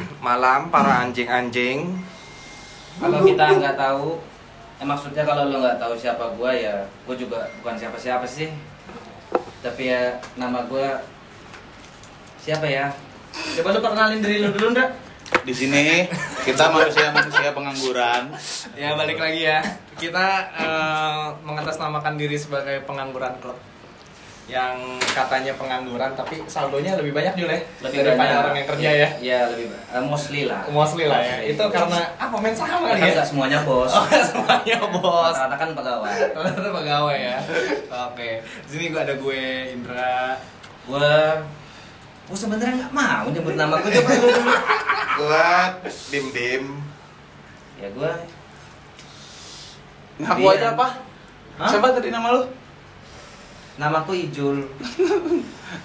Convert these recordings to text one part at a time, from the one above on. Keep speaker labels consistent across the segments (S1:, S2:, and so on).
S1: Salam para anjing-anjing.
S2: Kalau kita nggak tahu, eh, maksudnya kalau lo nggak tahu siapa gua ya, gua juga bukan siapa-siapa sih. Tapi ya nama gua siapa ya? Coba lu perkenalin diri lu dulu, Ndra.
S3: Di sini kita manusia-manusia pengangguran.
S4: Ya balik lagi ya. Kita eh, mengatasnamakan diri sebagai pengangguran klub yang katanya pengangguran tapi saldonya lebih banyak juga ya daripada
S2: banyak-
S4: orang yang kerja ya.
S2: Iya, lebih ba- eh, mostly lah.
S4: Mostly lah ya. Itu karena apa main saham
S2: kan
S4: kali ya?
S2: nggak semuanya bos.
S4: Oh, semuanya bos.
S2: Rata-rata kan pegawai.
S4: Ternyata pegawai ya. Oke. Di sini gua ada gue Indra.
S2: Gua Gua sebenarnya nggak mau nyebut nama gua coba lu dulu.
S1: Gua Dim-Dim.
S2: Ya gua
S3: Ngaku
S2: Dian.
S3: aja apa?
S2: Hah?
S3: Siapa tadi nama lu?
S2: namaku Ijul.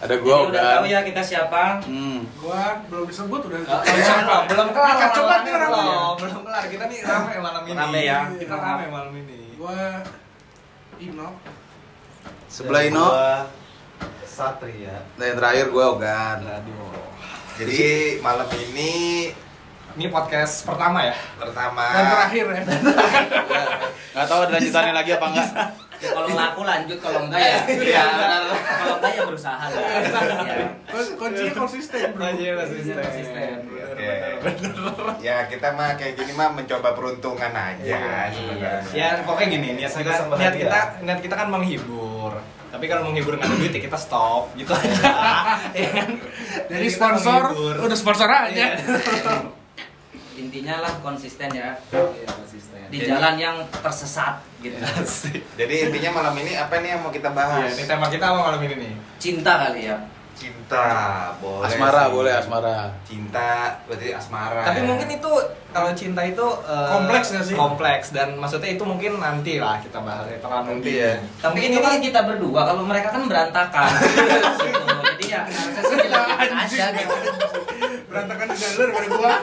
S3: Ada
S2: Jadi udah
S3: gua Ugan.
S2: tahu ya kita siapa.
S3: Hmm.
S5: Gua belum disebut udah.
S4: Oh, belum, belum kelar.
S5: Angkat
S4: malam
S5: cepat
S4: ini,
S5: nih orang.
S4: belum, belum kelar. Kita nih rame malam ini.
S2: Rame ya.
S4: Kita rame malam ini.
S5: Gua Ino.
S3: Sebelah Ino
S6: Satria.
S3: dan yang terakhir gua Ogan.
S1: Jadi malam ini
S4: Ini podcast pertama ya.
S1: pertama
S5: Dan terakhir ya.
S3: Nggak tahu ada lanjutannya lagi apa enggak.
S2: Ya, kalau laku lanjut, kalau enggak ya.
S4: Iya.
S2: Kalau enggak ya berusaha lah. Ya.
S5: Kun- Kuncinya konsisten bro.
S4: Lanjut Iya, konsisten.
S2: Konsisten.
S4: Bener,
S1: Oke.
S4: bener, bener.
S1: ya kita mah kayak gini mah mencoba peruntungan aja
S4: Iya.
S1: sebenarnya.
S4: Ya pokoknya gini, niat
S6: Kita
S4: kita,
S6: sembah
S4: niat
S6: dia.
S4: kita, niat kita kan menghibur. Tapi kalau menghibur nggak ada duit ya kita stop gitu aja. Ya kan?
S5: Jadi
S4: kita
S5: sponsor,
S4: menghibur.
S5: udah sponsor
S4: Iya.
S5: aja.
S2: Intinya lah konsisten ya.
S4: Iya, konsisten.
S2: Di jalan yang tersesat gitu.
S4: Asik.
S1: Jadi intinya malam ini apa nih yang mau kita
S4: Iya,
S1: bahas?
S4: ini tema kita apa malam ini nih?
S2: Cinta kali ya.
S1: Cinta, boleh.
S3: Asmara
S1: sih.
S3: boleh asmara.
S1: Cinta berarti asmara.
S4: Tapi
S1: ya.
S4: mungkin itu kalau cinta itu eh,
S5: Kompleks nggak sih?
S4: Kompleks dan maksudnya itu mungkin nanti lah kita bahas itu kan
S1: Nanti
S3: Iya.
S4: nanti.
S1: ya.
S2: Tapi ini kan kita berdua, kalau mereka kan berantakan. Gitu. Jadi ya harusnya sih dilakukan aja gitu.
S5: Berantakan di jalur pada gua.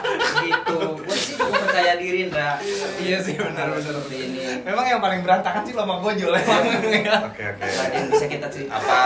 S2: Gitu. Gue sih cukup percaya diri, Ndra.
S4: Iya sih benar
S2: Harus
S4: benar.
S2: Seperti ini.
S4: Memang yang paling berantakan sih lo sama gue Jul emang. Iya.
S1: Oke oke.
S2: Ada yang bisa kita cerita.
S1: Apa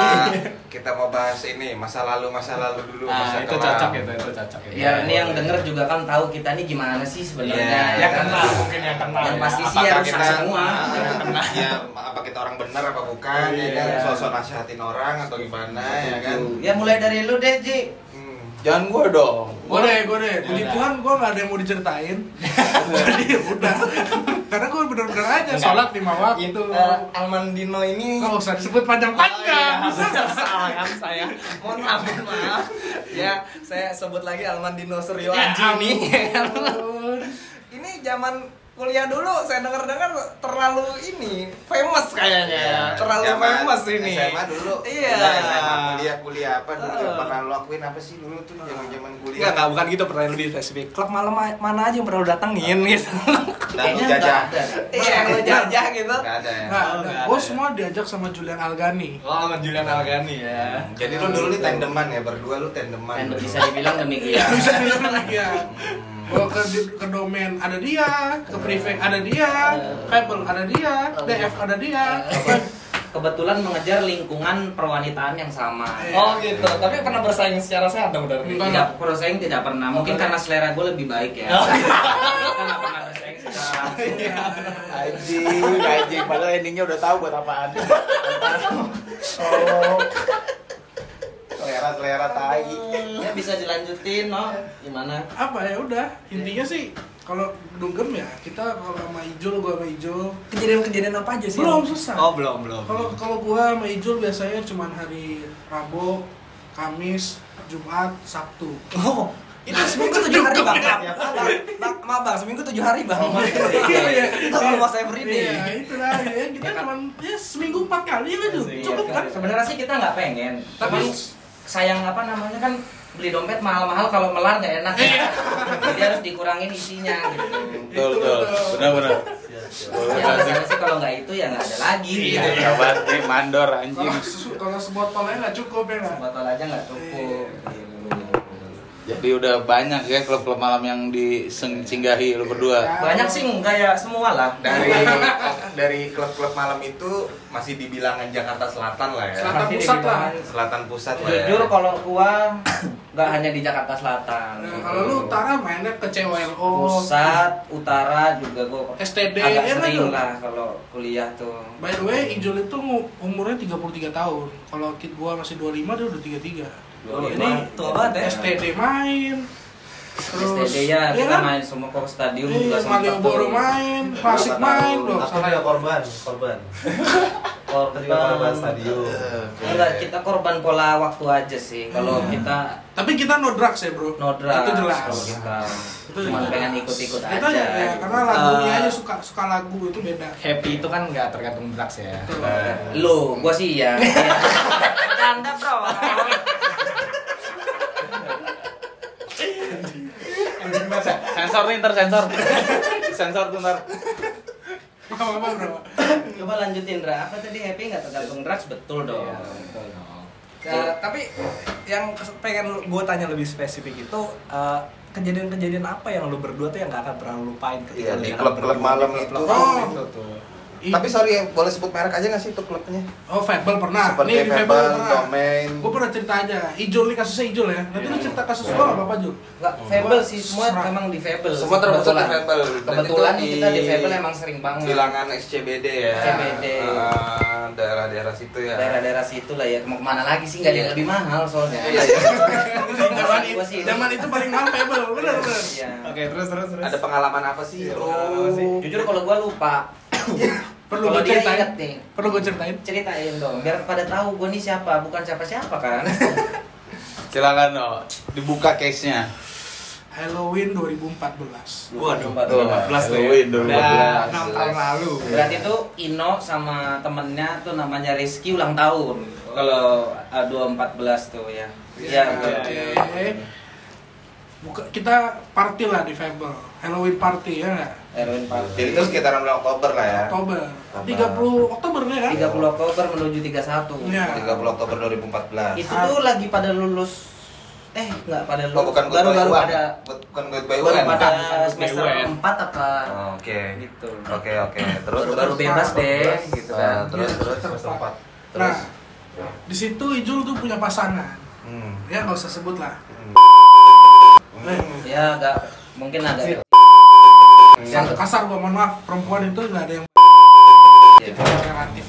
S1: kita mau bahas ini masa lalu masa lalu dulu
S4: Nah,
S1: masa
S4: itu
S1: kelam.
S4: cocok itu, itu cocok itu.
S2: Biar ini yang denger juga kan tahu kita ini gimana sih sebenarnya. ya kan?
S4: yang Iya, kenal mungkin yang kenal.
S2: Yang
S4: ya.
S2: pasti sih
S1: Apakah
S2: ya rusak
S1: kita
S2: semua.
S1: Ah, ya, apa kita orang benar apa bukan ya kan
S4: Iya.
S1: sosok nasihatin orang atau gimana ya kan
S2: Ya mulai dari lu deh, Ji.
S1: Hmm.
S3: Jangan gua dong.
S5: Gua deh, gua deh. Puji Tuhan gua nggak ada yang mau diceritain. Jadi ya udah. Karena gua bener-bener aja
S4: Enggak.
S5: sholat lima waktu.
S4: Itu Almandino ini
S5: Nggak usah disebut
S4: Oh,
S5: panjang-panjang.
S4: kesalahan saya. iya. Mohon maaf, mohon maaf. Ya, saya sebut lagi Almandino Suryo
S5: Ya
S4: Anjini. ini zaman kuliah dulu saya dengar-dengar terlalu ini famous kayaknya ya.
S2: Iya.
S4: Terlalu
S1: Zaman
S4: famous ini.
S1: SMA dulu
S4: Iya.
S1: Iya, SMA kuliah kuliah apa dulu
S4: Eh.
S1: yang pernah lo lakuin apa sih dulu tuh zaman zaman kuliah
S4: Enggak, enggak, bukan gitu pertanyaan lebih spesifik. Klub malam ma- mana aja yang pernah lu datengin gitu.
S1: dan lu
S2: Kayaknya
S1: jajah
S2: nggak ada.
S4: Iya, lu jajah gitu.
S1: nggak ada ya
S5: Nggak,
S4: Oh, nggak
S5: gua
S4: ada.
S5: semua diajak sama Julian Algani.
S4: Oh, sama Julian Algani ya.
S1: jadi lu dulu nih tandeman ya berdua lu
S2: Dan
S1: tandeman dulu.
S2: bisa dibilang demikian.
S5: Bisa bilang lagi ya.
S1: Hmm.
S5: Gua ke, ke domain ada dia, ke prefect ada dia,
S4: Eh.
S5: kabel ada dia,
S4: Oh,
S5: DF ada dia.
S2: Kebetulan mengejar lingkungan perwanitaan yang sama.
S4: Oh gitu, tapi pernah bersaing secara sehat dong berarti. Iya.
S5: Enggak.
S2: Tidak, bersaing tidak pernah. Mungkin karena selera gue lebih baik ya. Karena pernah bersaing secara langsung.
S4: iya.
S5: Iya.
S3: Anjing, anjing. Padahal endingnya udah tahu buat apaan. Oh. Selera selera tai.
S2: Ya bisa dilanjutin, no? Gimana?
S5: Apa ya udah, intinya sih kalau dugem ya kita kalau sama Ijul gua sama Ijul
S4: Kejadian-kejadian apa aja
S5: belum susah.
S4: Oh belum belum.
S5: Kalau kalau gua sama Ijul biasanya cuman hari Rabu, Kamis, Jumat, Sabtu.
S4: Oh, itu seminggu tujuh hari bang.
S1: Iya.
S4: Bang, maaf bang, seminggu tujuh hari bang.
S1: Oh,
S4: Iya. Itu kalau mas everyday.
S5: Iya, itu lah ya. Kita cuman ya seminggu empat kali kan
S4: Iya,
S5: cukup kan?
S2: Iya, Sebenarnya sih kita nggak pengen.
S5: Tapi
S2: Tapi sayang apa namanya kan beli dompet mahal-mahal kalau melar nggak enak ya. Jadi harus dikurangin isinya gitu.
S3: Betul betul. Benar benar.
S2: Ya alasannya sih kalau nggak itu ya nggak ada lagi
S3: Iya,
S2: gitu.
S3: kabar eh, mandor anjing.
S5: kalau sesu- kalau sebotolnya nggak cukup ya nggak?
S2: Botol aja nggak cukup.
S3: Jadi udah banyak ya klub-klub malam yang disinggahi lu berdua.
S2: Banyak sih enggak ya semua lah.
S1: dari dari klub-klub malam itu masih di
S4: Iya.
S1: bilangan Jakarta Selatan lah ya
S5: Selatan pusat lah.
S1: selatan pusat lah ya
S2: Jujur kalau gua nggak hanya di Jakarta Selatan.
S5: Nah, kalau lu utara mainnya ke COLO,
S2: pusat, utara juga gue
S5: STD,
S2: agak
S5: ya kan
S2: sering
S5: lu?
S2: lah kalau kuliah tuh.
S5: By the way, Ijul itu ngu- umurnya 33 tahun. Kalau kid gua masih 25 dia udah 33.
S2: Dua-
S4: Ini tua banget ya.
S5: STD main. Terus
S2: STD ya, kita
S5: kan?
S2: main semua kok stadium juga
S5: Iya,
S2: sempat
S5: Malioboro
S2: tuh.
S5: main, Pasik main, loh.
S6: Aku
S2: ya,
S6: juga korban, korban. Aku juga
S4: Nah.
S6: korban stadium.
S2: Enggak, kita korban pola waktu aja sih. Kalau kita
S5: Tapi kita no drugs ya, Bro.
S2: nodra
S5: Iya. Itu jelas.
S2: kalau kita
S5: Itu
S2: cuma
S5: jelas.
S2: pengen ikut-ikut
S5: Kita
S2: Oh, ya. aja. Eh.
S5: ya, ya, karena lagunya aja suka suka lagu itu beda.
S4: Happy itu kan nggak tergantung drugs ya.
S5: Betul.
S2: Lo, gua sih ya. Canda, Bro.
S3: Sensor nih ntar sensor. sensor tuh ntar.
S5: Apa-apa, Bro.
S2: Coba lanjutin, Ra. Apa tadi happy nggak tergantung drugs? Betul dong.
S4: Eh, tapi yang kes- pengen gue tanya lebih spesifik itu eh, kejadian-kejadian apa yang lu berdua tuh yang gak akan pernah lupain ketika
S1: Iya,
S4: lu
S1: di
S4: jalan
S1: klub-klub
S4: berdua,
S1: malam
S4: di klub-klub
S1: itu.
S4: malam
S5: Oh.
S4: itu tuh.
S5: Ih,
S1: Tapi sorry, boleh sebut merek aja nggak sih itu klubnya?
S5: oh, Fable pernah.
S1: Seperti
S5: Nih, di Fable
S1: Fable,
S5: pernah.
S1: Domain.
S5: Gue pernah cerita aja. Ijul nih kasusnya Ijul ya. Nanti
S2: Iya.
S5: lu cerita kasus gua enggak apa-apa, Jul.
S2: Enggak, Fable sih semua memang di Fable. sih,
S1: Semua terbentuk di
S2: kebetulan.
S1: Fable. Dan
S2: Kebetulan
S1: itu
S2: kita di
S1: di-
S2: Fable emang sering banget.
S1: Bilangan SCBD ya.
S2: SCBD.
S1: Ah, daerah-daerah situ ya.
S2: daerah-daerah situ lah ya mau kemana lagi sih nggak ada yang lebih mahal soalnya
S1: Iya, iya.
S5: Zaman
S2: Gua
S5: itu,
S2: sih.
S5: zaman itu paling mahal Fable, bener bener.
S2: Iya.
S4: Oke, terus terus terus.
S1: Ada pengalaman apa sih?
S4: Iya,
S1: Bro?
S4: pengalaman sih.
S2: jujur kalau gua lupa
S5: Perlu
S2: Kalau
S5: gue
S2: dia
S5: ceritain.
S2: inget nih.
S5: Perlu gue ceritain.
S2: ceritain dong biar pada tahu gua nih siapa bukan siapa-siapa kan
S3: Silakan no.
S4: oh,
S3: Dibuka case-nya.
S5: Halloween 2014.
S4: Waduh,
S2: Waduh,
S4: 2014 tuh. ya.
S3: Halloween
S4: Udah
S3: 2014.
S4: 6 tahun lalu.
S2: berarti tuh Ino sama temennya tuh namanya Rizky ulang tahun kalau uh, 214 tuh ya iya
S5: Oke.
S2: betul.
S5: Buka, kita party lah di Fable. Halloween party ya nggak?
S2: Erwin
S1: Jadi
S2: Party
S1: Iya. itu sekitaran bulan Oktober lah ya.
S5: Oktober.
S1: Oktober.
S5: 30 Oktober ya kan?
S2: 30 Oktober menuju 31
S5: Iya.
S1: 30 Oktober 2014.
S2: itu tuh lagi pada lulus eh nggak pada
S1: Oh,
S2: lulus
S1: bukan good by
S2: baru-baru
S1: UN.
S2: pada
S1: Bu- bukan good by
S2: baru
S1: UN.
S2: pada
S4: Bukan.
S2: semester
S4: Good by UN.
S2: 4 apa
S1: Oh, Oke.
S2: gitu
S1: Oke, oke. Terus
S2: baru,
S1: terus
S2: baru bebas deh gitu
S1: Ah,
S2: kan
S1: terus terus terus.
S6: Semester empat.
S5: Nah,
S1: Terus.
S5: di situ Ijul tuh punya pasangan.
S1: Hmm.
S5: Ya nggak usah sebut lah.
S1: Hmm.
S2: ya agak mungkin agak Iya,
S5: Kasar- Kasar gua mohon maaf. Perempuan itu nggak ada yang
S2: ya.
S5: relatif.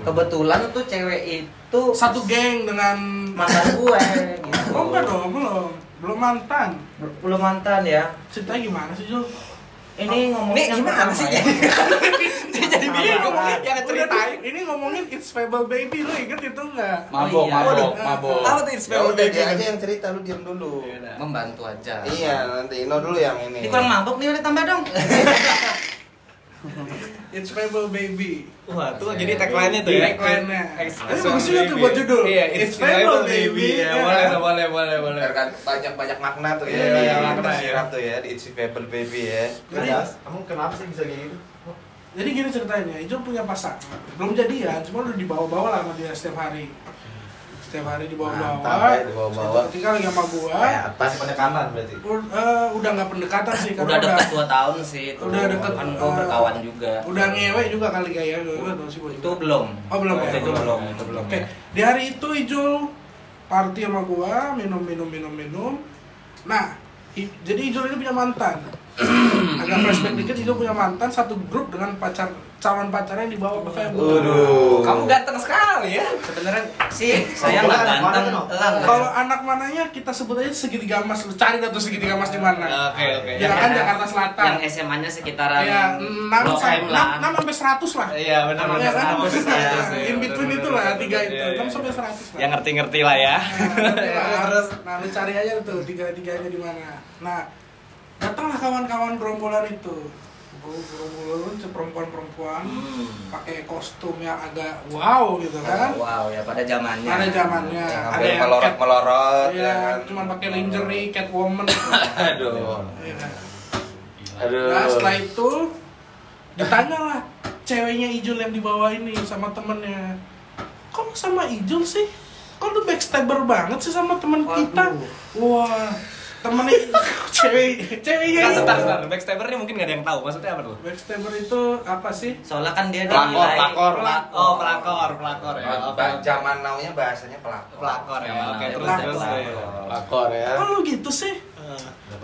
S2: kebetulan tuh cewek itu
S5: Satu geng dengan
S2: mantan gue gitu
S5: Oh enggak dong, belum. Belum mantan.
S2: belum mantan ya
S5: Ceritanya gimana sih Jul?
S2: ini
S4: Nih,
S2: ngomongnya
S4: gimana sih?
S2: pertama ya.
S4: Jadi bingung
S1: Iya,
S4: yang ceritain.
S5: Ini ngomongin It's Fable Baby, lu inget itu nggak?
S2: Oh,
S3: Mabok,
S2: iya.
S3: mabok,
S5: Waduh.
S3: mabok.
S4: Apa tuh
S1: Ya
S4: inspirasi
S1: udah dia aja yang cerita lu diam dulu.
S2: membantu aja
S1: Iya, nanti Ino dulu yang ini.
S2: Iya, ini kurang mabuk nih udah tambah dong
S5: It's Fable Baby.
S4: Wah, tuh jadi tagline-nya tuh ya.
S5: Tagline-nya.
S4: Ex-
S5: Ini
S4: ex-
S5: bagus juga tuh buat judul.
S4: Iya,
S5: It's
S4: it's
S5: Fable,
S4: Fable
S5: baby.
S4: baby.
S5: Iya.
S4: Ya, boleh, tuh, boleh, boleh, boleh.
S1: Biar kan banyak banyak makna tuh
S4: Iya,
S1: ya. di-
S4: iya, makna,
S1: tersirat
S4: iya.
S1: tuh ya di It's Fable Baby ya.
S5: Jadi,
S6: Kenapa? Kamu kenapa sih bisa kayak gitu?
S5: jadi gini ceritanya, Ijo punya pasangan. Belum jadian, cuma udah dibawa-bawa lah sama dia setiap hari. Setiap hari
S1: Mantap,
S5: dibawa-bawa.
S1: ya, dibawa-bawa. Ya.
S5: Suatu Ketika lagi sama gua,
S1: Kayak apa?
S6: Pas penekanan berarti.
S5: u- eh, udah nggak pendekatan sih
S2: udah
S5: karena udah
S2: deket 2 tahun sih itu
S5: Udah deket,
S2: kan gue
S5: eh,
S2: berkawan juga
S5: udah ngewe juga kali kayak lu lu tau sih gua juga.
S2: itu belum
S5: Oh, belum ya?
S2: Waktu itu
S5: Belum.
S2: belum itu belum
S5: Oke,
S4: Iya.
S5: di hari itu Ijul party sama gua, minum minum minum minum. Nah, I- jadi Ijul ini punya mantan. Agak flashback dikit Ijul punya mantan satu grup dengan pacar calon pacarnya yang dibawa ke Februari.
S1: Waduh.
S4: Kamu ganteng sekali ya.
S2: sebenarnya sih saya
S6: Kalau
S2: nggak
S6: kemarin,
S2: ganteng
S6: kemarin, no?
S2: lah
S5: Kalau anak mananya kita sebut aja segitiga emas, lu cari dah tuh segitiga emas di mana.
S4: Oke, oke.
S5: Ya kan Jakarta Selatan.
S2: yang SMA-nya
S4: Nah,
S2: sekitaran
S5: Ya, 6
S2: Blok M lah.
S5: sampai 100 lah.
S4: Iya, benar
S5: Ya
S4: benar.
S5: kan,
S4: Aku
S5: maksudnya,
S4: bisa,
S5: ya,
S4: iya,
S5: in
S4: benar,
S5: between
S4: benar,
S5: itu lah,
S4: benar,
S5: tiga
S4: benar.
S5: itu,
S4: Iya,
S5: enam
S4: iya.
S5: sampai 100 lah.
S4: Yang ngerti-ngerti lah ya.
S5: terus nah lu cari aja tuh tiga tiganya di mana nah datanglah kawan-kawan gerombolan itu gerombolan perempuan perempuan pakai kostum yang agak wow gitu kan
S2: wow ya pada zamannya
S5: ada zamannya
S1: Yang
S5: ada
S1: hampir
S5: yang
S1: melorot
S5: cat-
S1: melorot ya kan?
S5: iya, cuma pakai lingerie catwoman
S3: Aduh.
S5: Iya kan?
S3: Aduh.
S5: nah setelah itu ditanyalah ceweknya Ijul yang dibawa ini sama temennya kok lu sama Ijul sih kok lu backstabber banget sih sama teman kita
S2: Waduh.
S5: wah temennya cewek ceweknya
S4: Nah,
S5: itu.
S4: sebentar, sebentar. Backstabber ini mungkin gak ada yang tahu. Maksudnya apa dulu?
S5: backstabber itu apa sih
S2: Soalnya kan dia
S3: Pelakor,
S2: dinilai
S3: pelakor.
S4: Oh, pelakor, pelakor ya.
S1: Oh,
S4: Apa?
S1: ba- zaman now-nya bahasanya Oh, pelakor.
S4: Pelakor ya.
S2: Pelakor.
S4: Oke, terus
S5: Pelakor.
S4: terus. ya.
S3: Lakor ya. Eh,
S5: Kok lu gitu sih?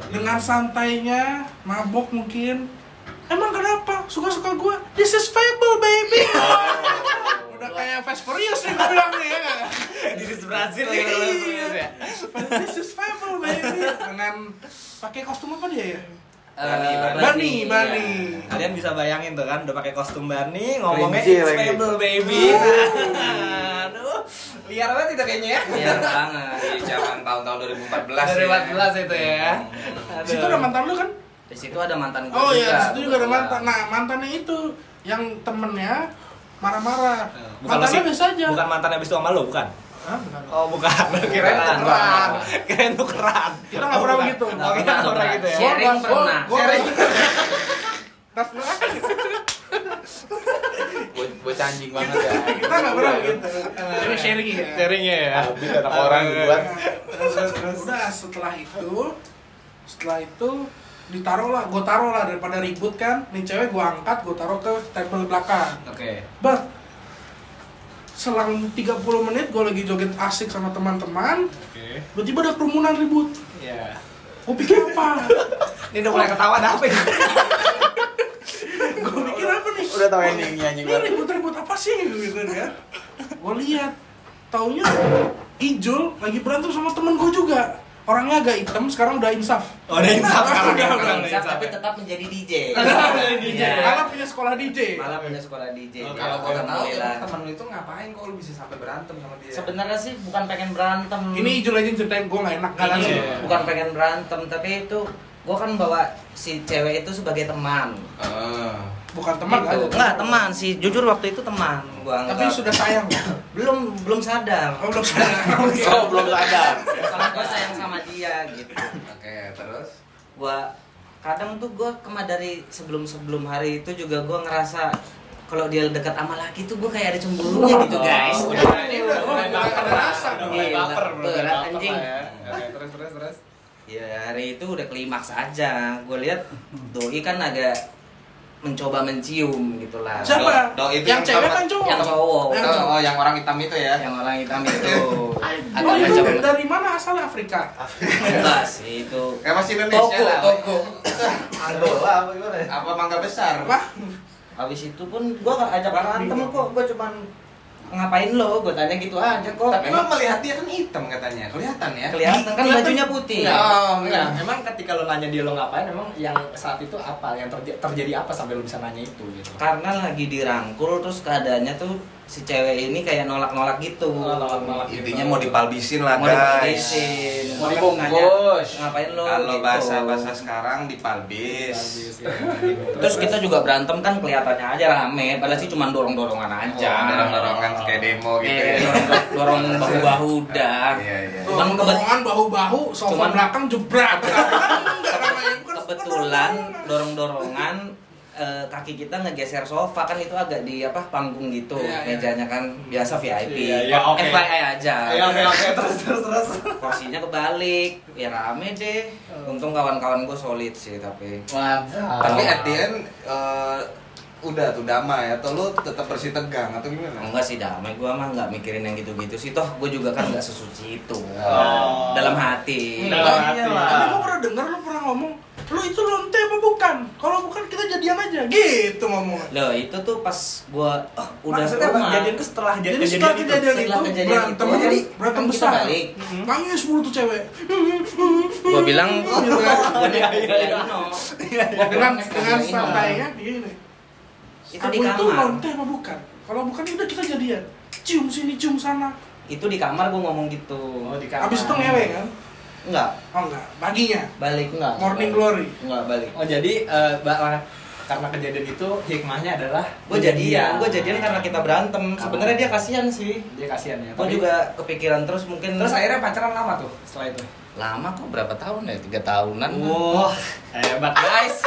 S5: Dengan santainya, mabok mungkin. Emang kenapa? Suka-suka gua. This is fable, baby.
S3: Oh.
S5: Udah kayak Fast Furious nih gua bilang nih ya nggak?
S4: Di Brazil ya.
S5: Iya. This is fable, baby. Dengan pakai kostum apa dia ya? Bani, Bani.
S2: Iya.
S4: Kalian bisa bayangin tuh kan udah pakai kostum Barney ngomongnya
S3: Kelinci
S4: it's
S3: lagi.
S4: fable baby. Aduh, liar banget itu kayaknya
S5: Iya.
S4: ya.
S2: Biar Iya, banget.
S1: Di zaman tahun-tahun 2014.
S4: Dari
S1: ya.
S4: 14 itu ya. Aduh.
S5: Situ ada mantan lu kan?
S2: Di situ ada mantan gua
S5: Oh
S2: juga.
S5: iya, situ juga ada
S2: kebetulan.
S5: mantan. Nah, mantannya itu yang temennya marah-marah.
S4: Bukan lo sih.
S5: Mantannya biasa aja.
S4: Bukan mantan habis itu sama lo, bukan?
S5: Hah, bukan.
S4: Oh, bukan. Kirain
S2: Bukan,
S5: Nah,
S4: tukeran.
S2: bukan.
S4: Kirain tukeran.
S5: Kita nggak pernah
S4: Bukan.
S5: begitu.
S2: Nah,
S4: Oh, kita nggak pernah gitu ya.
S2: Sharing
S5: Gua-
S2: pernah.
S5: gua-
S2: Sharing.
S5: Tas lu kan?
S3: Buat buat anjing banget ya.
S5: Kita nggak pernah begitu. Ini sharing ya.
S4: Sharingnya ya.
S3: Habis anak orang dibuat.
S5: udah Nah, setelah itu setelah itu ditaruh lah gue taruh lah daripada ribut kan nih cewek gue angkat gue taruh ke table belakang
S4: Oke.
S5: bah selang 30 menit gue lagi joget asik sama teman-teman
S4: Oke.
S5: tiba-tiba ada kerumunan ribut
S4: Iya.
S5: gue pikir apa
S4: Ini udah mulai ketawa ada apa ini?
S5: gue pikir apa nih
S3: Udah tahu endingnya anjing
S5: ini
S3: banget.
S5: ribut-ribut apa sih gitu kan gue lihat taunya Ijul lagi berantem sama temen gue juga orangnya agak hitam sekarang udah insaf
S4: Oh, udah insaf sekarang. Udah,
S5: Udah, udah,
S4: udah
S2: ya, Insaf,
S4: insaf.
S2: tapi tetap menjadi DJ.
S4: Tetap menjadi DJ.
S2: Iya.
S5: malah punya sekolah DJ
S2: Malah punya sekolah Iya, DJ.
S4: Oh,
S1: Kalau
S4: Oke,
S1: gua kenal
S2: Alhamdulillah.
S1: emang temen lu itu ngapain kok lu bisa sampai berantem sama dia?
S2: Sebenarnya sih bukan pengen berantem. Iya.
S5: ini Ijul aja yang ceritain gue gak enak gak
S2: Ini
S5: langsung
S4: Iya.
S2: bukan pengen berantem tapi itu gue kan bawa si cewek itu sebagai teman.
S1: Ah.
S5: bukan
S2: Gitu.
S5: teman kan
S2: Enggak, teman sih. Jujur waktu itu teman gua anggap.
S5: tapi sudah sayang
S2: belum belum sadar.
S5: oh belum sayang
S3: Oh, belum sadar.
S2: Kalau gua sayang sama dia gitu.
S1: Oke, terus
S2: Gua kadang tuh gua kema dari sebelum-sebelum hari itu juga gua ngerasa kalau dia dekat sama laki tuh gua kayak ada cemburunya gitu, guys.
S4: Oh,
S5: udah.
S4: ini udah mulai baper
S5: Rasa
S4: udah mulai
S2: dong.
S4: baper, udah mulai
S2: Berat,
S4: baper
S2: anjing.
S4: lah ya. Oke, terus terus terus.
S2: Ya hari itu udah klimaks aja. Gua lihat doi kan agak mencoba mencium gitulah.
S5: siapa
S1: Dong, itu
S5: yang
S1: yang
S5: cewek
S1: sama-
S5: kan cowok
S2: Yang cowok.
S5: Yang
S1: Oh,
S5: cowok.
S1: oh, yang orang hitam itu ya.
S2: Yang orang hitam itu
S5: Oh,
S2: agak
S5: itu
S2: mencoba
S4: iya.
S5: dari mana asal Afrika?
S2: Enggak sih itu
S1: Kayak masih Indonesia
S2: Toko,
S1: lah.
S2: toko.
S6: Angola apa gimana ya?
S1: Apa mangga besar?
S5: Wah,
S2: Habis itu pun gua gak ajak berantem kok, gua cuman ngapain lo, gua tanya gitu aja kok.
S1: Tapi lo melihat dia kan hitam katanya. Kelihatan ya.
S2: kelihatan kan
S4: Kelihatan.
S2: bajunya putih.
S4: Enggak,
S1: Oh,
S4: enggak.
S1: enggak.
S4: iya. Emang ketika lo nanya dia lo ngapain, emang yang saat itu apa? Yang terje- terjadi apa sampai lo bisa nanya itu gitu?
S2: Karena lagi dirangkul terus keadaannya tuh si cewek ini kayak nolak-nolak gitu.
S4: Oh, nolak-nolak.
S1: Intinya mau dipalbisin lah,
S2: Mau
S1: guys.
S2: dipalbisin.
S3: Mau
S2: Nanya,
S3: dibungkus.
S2: Ngapain lo?
S1: Kalau
S2: gitu.
S1: bahasa-bahasa sekarang dipalbis. ya.
S2: Terus kita juga berantem kan kelihatannya aja rame, padahal sih cuman dorong-dorongan aja.
S1: Jangan Oh, dorong-dorongan kayak demo gitu.
S2: Eh,
S1: ya.
S2: dorong- dorong bahu-bahu udah.
S1: Iya, iya.
S5: tuh,
S2: Cuman kebet-
S5: bohongan bahu-bahu, sofa
S2: Cuman-
S5: belakang jebrak. Enggak namanya bukan
S2: kebetulan dorong-dorongan eh, kaki kita ngegeser sofa kan itu agak di apa panggung gitu
S5: Iya, iya.
S2: mejanya kan biasa VIP
S4: Iya, iya, oke.
S2: FYI aja
S4: Ya oke oke terus terus terus.
S2: kursinya kebalik ya rame deh untung kawan-kawan gue solid sih tapi
S3: Mantap.
S1: Tapi at the
S4: ya.
S1: end eh, udah tuh damai atau lo tetap bersih tegang atau gimana?
S2: enggak sih damai gue mah nggak mikirin yang gitu-gitu sih toh gue juga kan nggak sesuci itu
S4: Oh.
S2: dalam hati
S4: Dalam hati.
S5: Tapi- Iya. Tapi gue pernah denger lu pernah ngomong, lu itu lonte apa bukan? Kalau bukan kita jadian aja, gitu ngomongnya.
S2: loh itu tuh pas gue oh, udah
S4: Maksudnya
S2: rumah.
S4: kejadian itu setelah
S5: Jadi,
S4: Iya, kejadian
S5: setelah
S4: itu.
S5: kejadian itu,
S2: Setelah kejadian
S5: berantem,
S2: itu,
S5: jadi
S2: kan
S5: berantem
S2: kita
S5: besar.
S2: balik.
S5: Mhm. Nangis mulu tuh cewek.
S2: gue bilang
S5: Gitu kan.
S2: gue bilang no
S5: dengan
S2: bilang,
S5: dengan ya?
S2: ini
S5: santainya dia ini.
S2: nah. itu
S5: Aku
S2: di
S5: itu
S2: kamar
S5: lonte apa bukan? Kalau bukan udah kita jadian. Cium sini, cium sana.
S2: itu di kamar gue ngomong gitu
S4: Oh, di kamar.
S5: Habis itu ngewe kan?
S2: enggak
S5: Oh enggak, paginya.
S2: balik enggak
S5: Morning glory.
S2: enggak balik
S4: Oh jadi eh, ba- karena kejadian itu hikmahnya adalah
S2: gue jadian gue jadian karena kita berantem sebenarnya dia kasihan sih
S4: dia kasihan ya.
S2: gue
S4: Tapi-
S2: juga kepikiran terus mungkin
S4: Terus akhirnya pacaran lama tuh setelah itu.
S2: lama kok berapa tahun ya tiga tahunan
S4: Wah, hebat guys.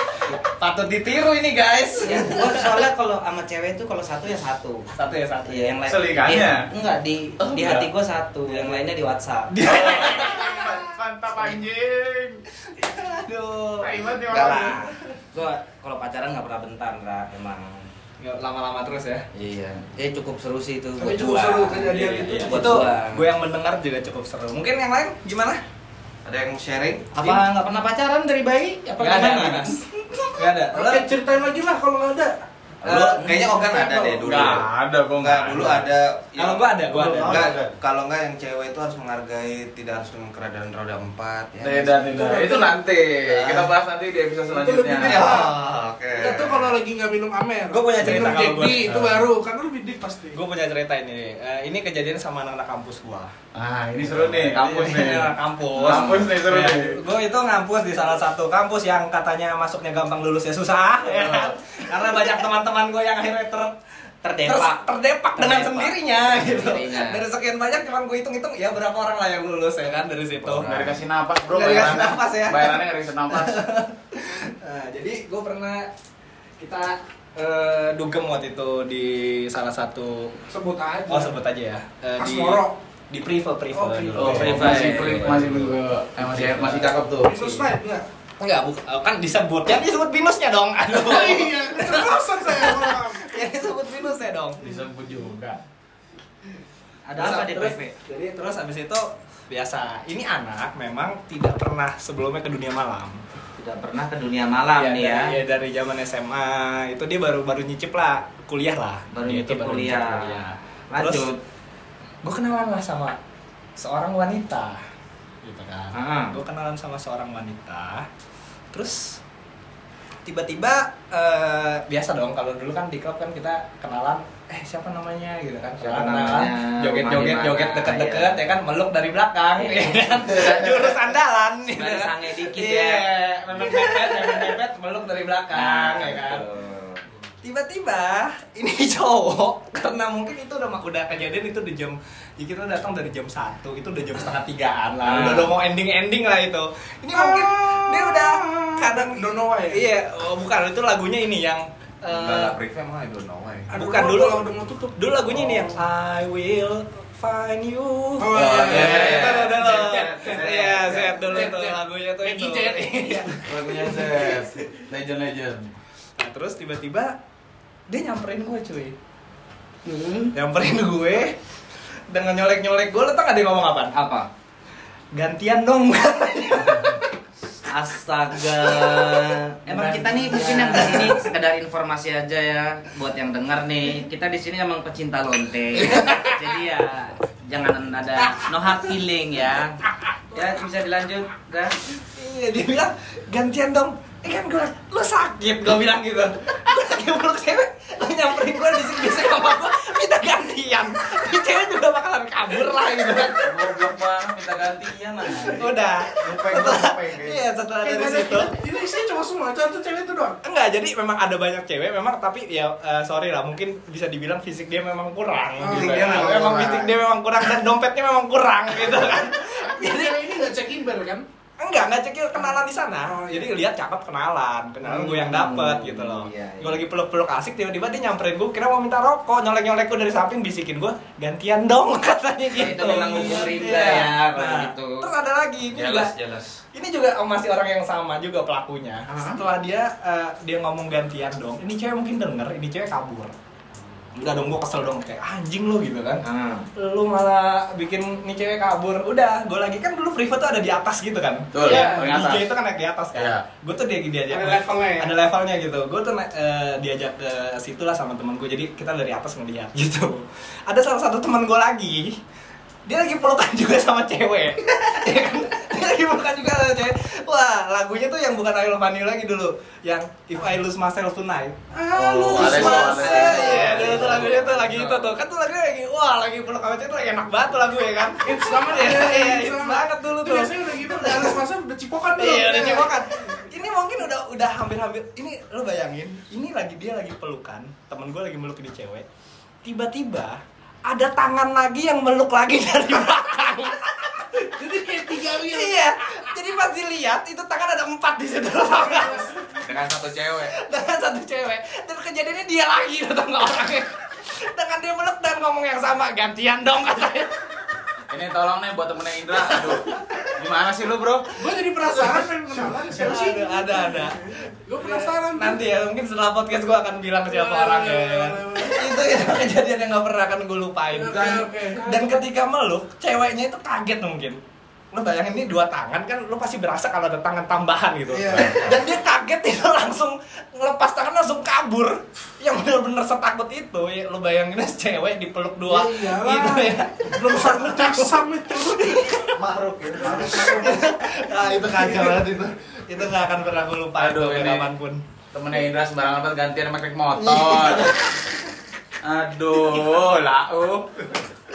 S4: Patut ditiru ini guys.
S2: ya gue soalnya kalau sama cewek tuh kalau satu ya satu
S4: Satu ya satu.
S2: Iya, yang lain
S4: Selingannya.
S2: Iya, enggak di
S4: Oh,
S2: di
S4: enggak.
S2: hati gue satu yang lainnya di WhatsApp
S4: Mantap anjing. Aduh.
S7: Tai banget ya
S4: Enggak
S7: orang.
S4: lah.
S2: Gua kalau pacaran nggak pernah bentar, Ra, emang.
S4: Nggak lama-lama terus ya.
S2: Iya, eh cukup seru sih itu.
S5: Tapi
S2: buat
S5: cukup
S2: gua.
S5: seru kejadian
S6: Iya,
S5: itu.
S6: iya.
S2: Buat
S4: itu
S2: gua.
S4: gue yang mendengar juga cukup seru. Mungkin yang lain gimana?
S1: Ada yang mau sharing?
S2: Apa nggak pernah pacaran dari bayi? Apa
S4: Nggak ada,
S2: gimana?
S4: Mas. Nggak ada.
S5: Oke, ceritain lagi lah kalau nggak ada.
S1: Lu, kayaknya Ogan ada deh dulu.
S6: Nggak ada kok.
S1: Enggak, dulu ada.
S4: Kalau gue ada, gue ada.
S6: Nggak.
S1: Enggak, kalau enggak yang cewek itu harus menghargai tidak harus dengan keadaan roda empat ya.
S3: Tidak, tidak.
S6: Itu nanti. Kita bahas nanti di episode
S5: Itu lebih
S1: Ya,
S6: selanjutnya.
S5: dalam.
S1: oke.
S5: Itu kalau lagi nggak minum amer.
S4: Gua punya cerita
S5: minum
S4: kalau
S5: Jack
S4: gua-
S5: D, itu baru. Karena lebih dik pasti.
S4: Gue punya cerita ini. Eh, ini kejadian sama anak-anak kampus gue.
S6: Ah, ini
S2: Iya.
S6: seru nih. Kampus
S4: Ini
S6: nih.
S4: anak kampus.
S6: Kampus nih seru nih.
S4: Gue itu ngampus di salah satu kampus yang katanya masuknya gampang lulusnya susah, ya kan? karena banyak teman-teman gue yang akhirnya ter
S2: Terdepak.
S4: terus terdepak dengan
S2: Terdepak.
S4: sendirinya gitu.
S2: Sendirinya.
S4: Dari sekian banyak cuman gue hitung-hitung ya berapa orang lah yang lulus ya kan dari situ.
S2: Orang.
S3: Nggak dikasih napas, bro.
S4: Nggak dikasih
S3: bayarannya.
S4: napas ya.
S3: Bayarannya nggak dikasih napas.
S4: Nah, jadi gue pernah kita eh, dugem waktu itu di salah satu
S5: Sebut aja.
S4: oh sebut aja ya Eh, di
S5: Asmoro.
S4: di priva priva
S5: Oh, priva.
S4: dulu.
S5: Oh, priva.
S3: masih pelik, masih pelik. Eh, masih masih cakep tuh.
S5: Itu snipe nggak?
S4: Enggak, bu- kan disebut. Yang disebut binusnya dong. Aduh.
S5: Iya, keceplosan saya. Bang.
S4: yang disebut binusnya dong.
S3: Disebut juga.
S4: ada
S2: Terus
S4: apa di
S2: apa di
S4: terus,
S2: PV?
S4: jadi terus habis itu biasa ini anak memang tidak pernah sebelumnya ke dunia malam
S2: Tidak pernah ke dunia malam
S4: Iya,
S2: nih ya.
S4: dari, dari zaman SMA itu dia baru baru nyicip lah kuliah lah
S2: Baru
S4: Dia itu
S2: nyicip kuliah.
S4: terus
S2: Lanjut.
S4: gue kenalan lah sama seorang wanita gitu kan
S2: Ah.
S4: gue kenalan sama seorang wanita terus tiba-tiba eh, biasa dong kalau dulu kan di klub kan kita kenalan eh siapa namanya gitu kan
S2: Siapa
S4: Kenalan,
S2: namanya,
S4: joget-joget
S2: rumah di
S4: joget
S2: mana,
S4: deket-deket
S2: iya.
S4: ya kan meluk dari belakang ya kan jurus andalan gitu
S2: Baru
S4: kan.
S2: sange dikit
S4: Iya,
S2: ya. Nah,
S4: memang mepet memang mepet meluk dari belakang ya kan
S2: betul.
S4: tiba-tiba ini cowok karena mungkin itu udah udah kejadian itu di jam ya kita datang dari jam satu itu udah jam setengah tigaan lah
S2: Ah.
S4: udah, udah mau ending ending lah itu ini mungkin dia udah kadang
S5: Don't know why. ya?
S4: iya oh, bukan itu lagunya ini yang eh,
S1: Enggak lah, Priva emang I don't know why.
S5: Aduh,
S4: bukan
S5: gua
S4: dulu
S5: kalau udah mau tutup.
S4: dulu lagunya ini yang I will find you
S5: Oh, iya, iya,
S4: Iya,
S5: iya.
S4: itu dulu.
S6: Zed, Zed, Zed,
S4: Iya,
S6: Zed,
S4: Zed dulu
S5: Zed,
S4: tuh
S5: Zed.
S4: lagunya tuh
S5: Becky
S4: itu.
S5: Zed.
S4: Iya.
S3: Lagunya Zed. Legend Legend.
S4: Nah, terus tiba-tiba dia nyamperin gue cuy
S5: Hmm.
S4: nyamperin gue dengan nyolek-nyolek gue lo tau gak dia ngomong apaan?
S2: Apa?
S4: gantian dong
S2: Astaga. Emang kita nih mungkin yang di sini sekedar informasi aja ya buat yang dengar nih. Kita di sini emang pecinta lonte. Jadi ya jangan ada no hard feeling ya. Ya bisa dilanjut, Ra.
S4: iya dia bilang gantian dong eh kan gue lo sakit gue bilang gitu gue lagi meluk cewek lo nyamperin gue bisik-bisik sama gue minta gantian ini cewek juga bakalan kabur lah gitu kan
S3: Goblok banget minta
S2: iya,
S3: gantian aja.
S4: udah
S6: Ngupeng,
S4: setelah
S6: ngupeng, guys.
S4: iya setelah
S5: Kayak
S4: dari
S5: nggak ada
S4: situ
S5: kita- Ini isinya cowok semua, satu cewek itu doang.
S4: enggak jadi memang ada banyak cewek memang tapi ya eh, sorry lah mungkin bisa dibilang fisik dia memang kurang
S5: Oh,
S4: gitu
S5: fisik
S1: dia
S4: kan.
S1: memang
S4: memang
S1: kurang.
S4: fisik dia memang kurang dan dompetnya memang kurang gitu kan
S5: Jadi ini nggak check in bar kan?
S4: enggak enggak cekil kenalan di sana
S5: Oh, iya.
S4: jadi lihat cakep kenalan kenalan gue yang
S2: Hmm,
S4: dapet gitu loh
S2: iya, iya.
S4: gue lagi peluk peluk asik tiba-tiba dia nyamperin gue kira mau minta rokok nyolek nyolek gue dari samping bisikin gue gantian dong katanya gitu
S2: Nah, Itu memang hukum rimba
S4: Iya.
S2: ya kalau
S4: Nah,
S2: gitu.
S4: terus ada lagi ini juga
S6: Jelas, jelas.
S4: ini juga masih orang yang sama juga pelakunya. Setelah dia eh, dia ngomong gantian dong. Ini cewek mungkin denger, ini cewek kabur. Udah dong gue kesel dong kayak anjing lu gitu kan.
S2: Ah.
S4: Lu malah bikin nih cewek kabur. Udah, gue lagi kan dulu privat tuh ada di atas gitu kan.
S3: Betul,
S4: Iya,
S3: yang atas.
S4: DJ itu kan naik di atas kan.
S3: Iya.
S4: Gue tuh dia diajak
S5: Ada levelnya ya?
S4: Ada levelnya gitu. Gue tuh naik, eh, diajak ke situ lah sama temen gue. Jadi kita dari atas ngeliat gitu. Ada salah satu teman gue lagi dia lagi pelukan juga sama cewek Ya kan? dia lagi pelukan juga sama cewek wah lagunya tuh yang bukan I Love Vanilla lagi dulu yang If I Lose Myself Tonight ah
S3: Oh,
S4: lose
S3: Alessia,
S4: myself
S3: Alessia.
S4: ya
S5: Iya,
S4: itu lagunya tuh lagi itu tuh kan tuh lagunya lagi wah lagi peluk sama cewek tuh lagi enak banget tuh lagu ya kan
S5: It's sama
S4: Iya, iya,
S5: it's
S4: hits
S5: sama.
S4: banget dulu
S5: Itu
S4: tuh.
S5: Biasanya udah gitu, udah alas masa udah cipokan dulu.
S4: Iya udah cekokan. Ini mungkin udah udah hampir-hampir. Ini lo bayangin, ini lagi dia lagi pelukan, temen gue lagi meluk ini cewek. Tiba-tiba ada tangan lagi yang meluk lagi dari belakang.
S5: Jadi kayak tiga wheel.
S4: iya. Jadi pas dilihat itu tangan ada empat di situ lo tau nggak?
S6: Dengan satu cewek.
S4: Dengan satu cewek. Dan kejadiannya dia lagi lo tau nggak orangnya. Dengan dia meluk dan ngomong yang sama gantian dong katanya.
S3: Ini tolong nih buat temennya Indra. Aduh. Gimana sih lu, Bro?
S5: Gue jadi penasaran pengen kenalan siapa sih?
S4: Ada, ada, ada.
S5: Gue penasaran.
S4: Iya. Nanti ya, mungkin setelah podcast gue akan bilang siapa orangnya. ya kan? Itu ya kejadian yang gak pernah akan gue lupain.
S5: Oke,
S4: Dan,
S5: oke.
S4: dan ketika meluk, ceweknya itu kaget mungkin. Lu bayangin ini dua tangan kan, lu pasti berasa kalau ada tangan tambahan gitu.
S5: Iya.
S4: Dan dia kaget itu langsung ngelepas tangan langsung kabur. Yang bener-bener setakut itu, ya, lu bayangin cewek dipeluk dua.
S5: Ya iyalah.
S4: gitu ya.
S5: Belum satu caksam itu.
S6: Maruk gitu. Maruk.
S4: Ah, itu kacau banget itu. Itu gak akan pernah gue lupain
S3: Aduh,
S4: sampai
S3: ini.
S4: kapanpun.
S3: Temennya Indra sembarangan banget gantian sama krik motor. Aduh, lau.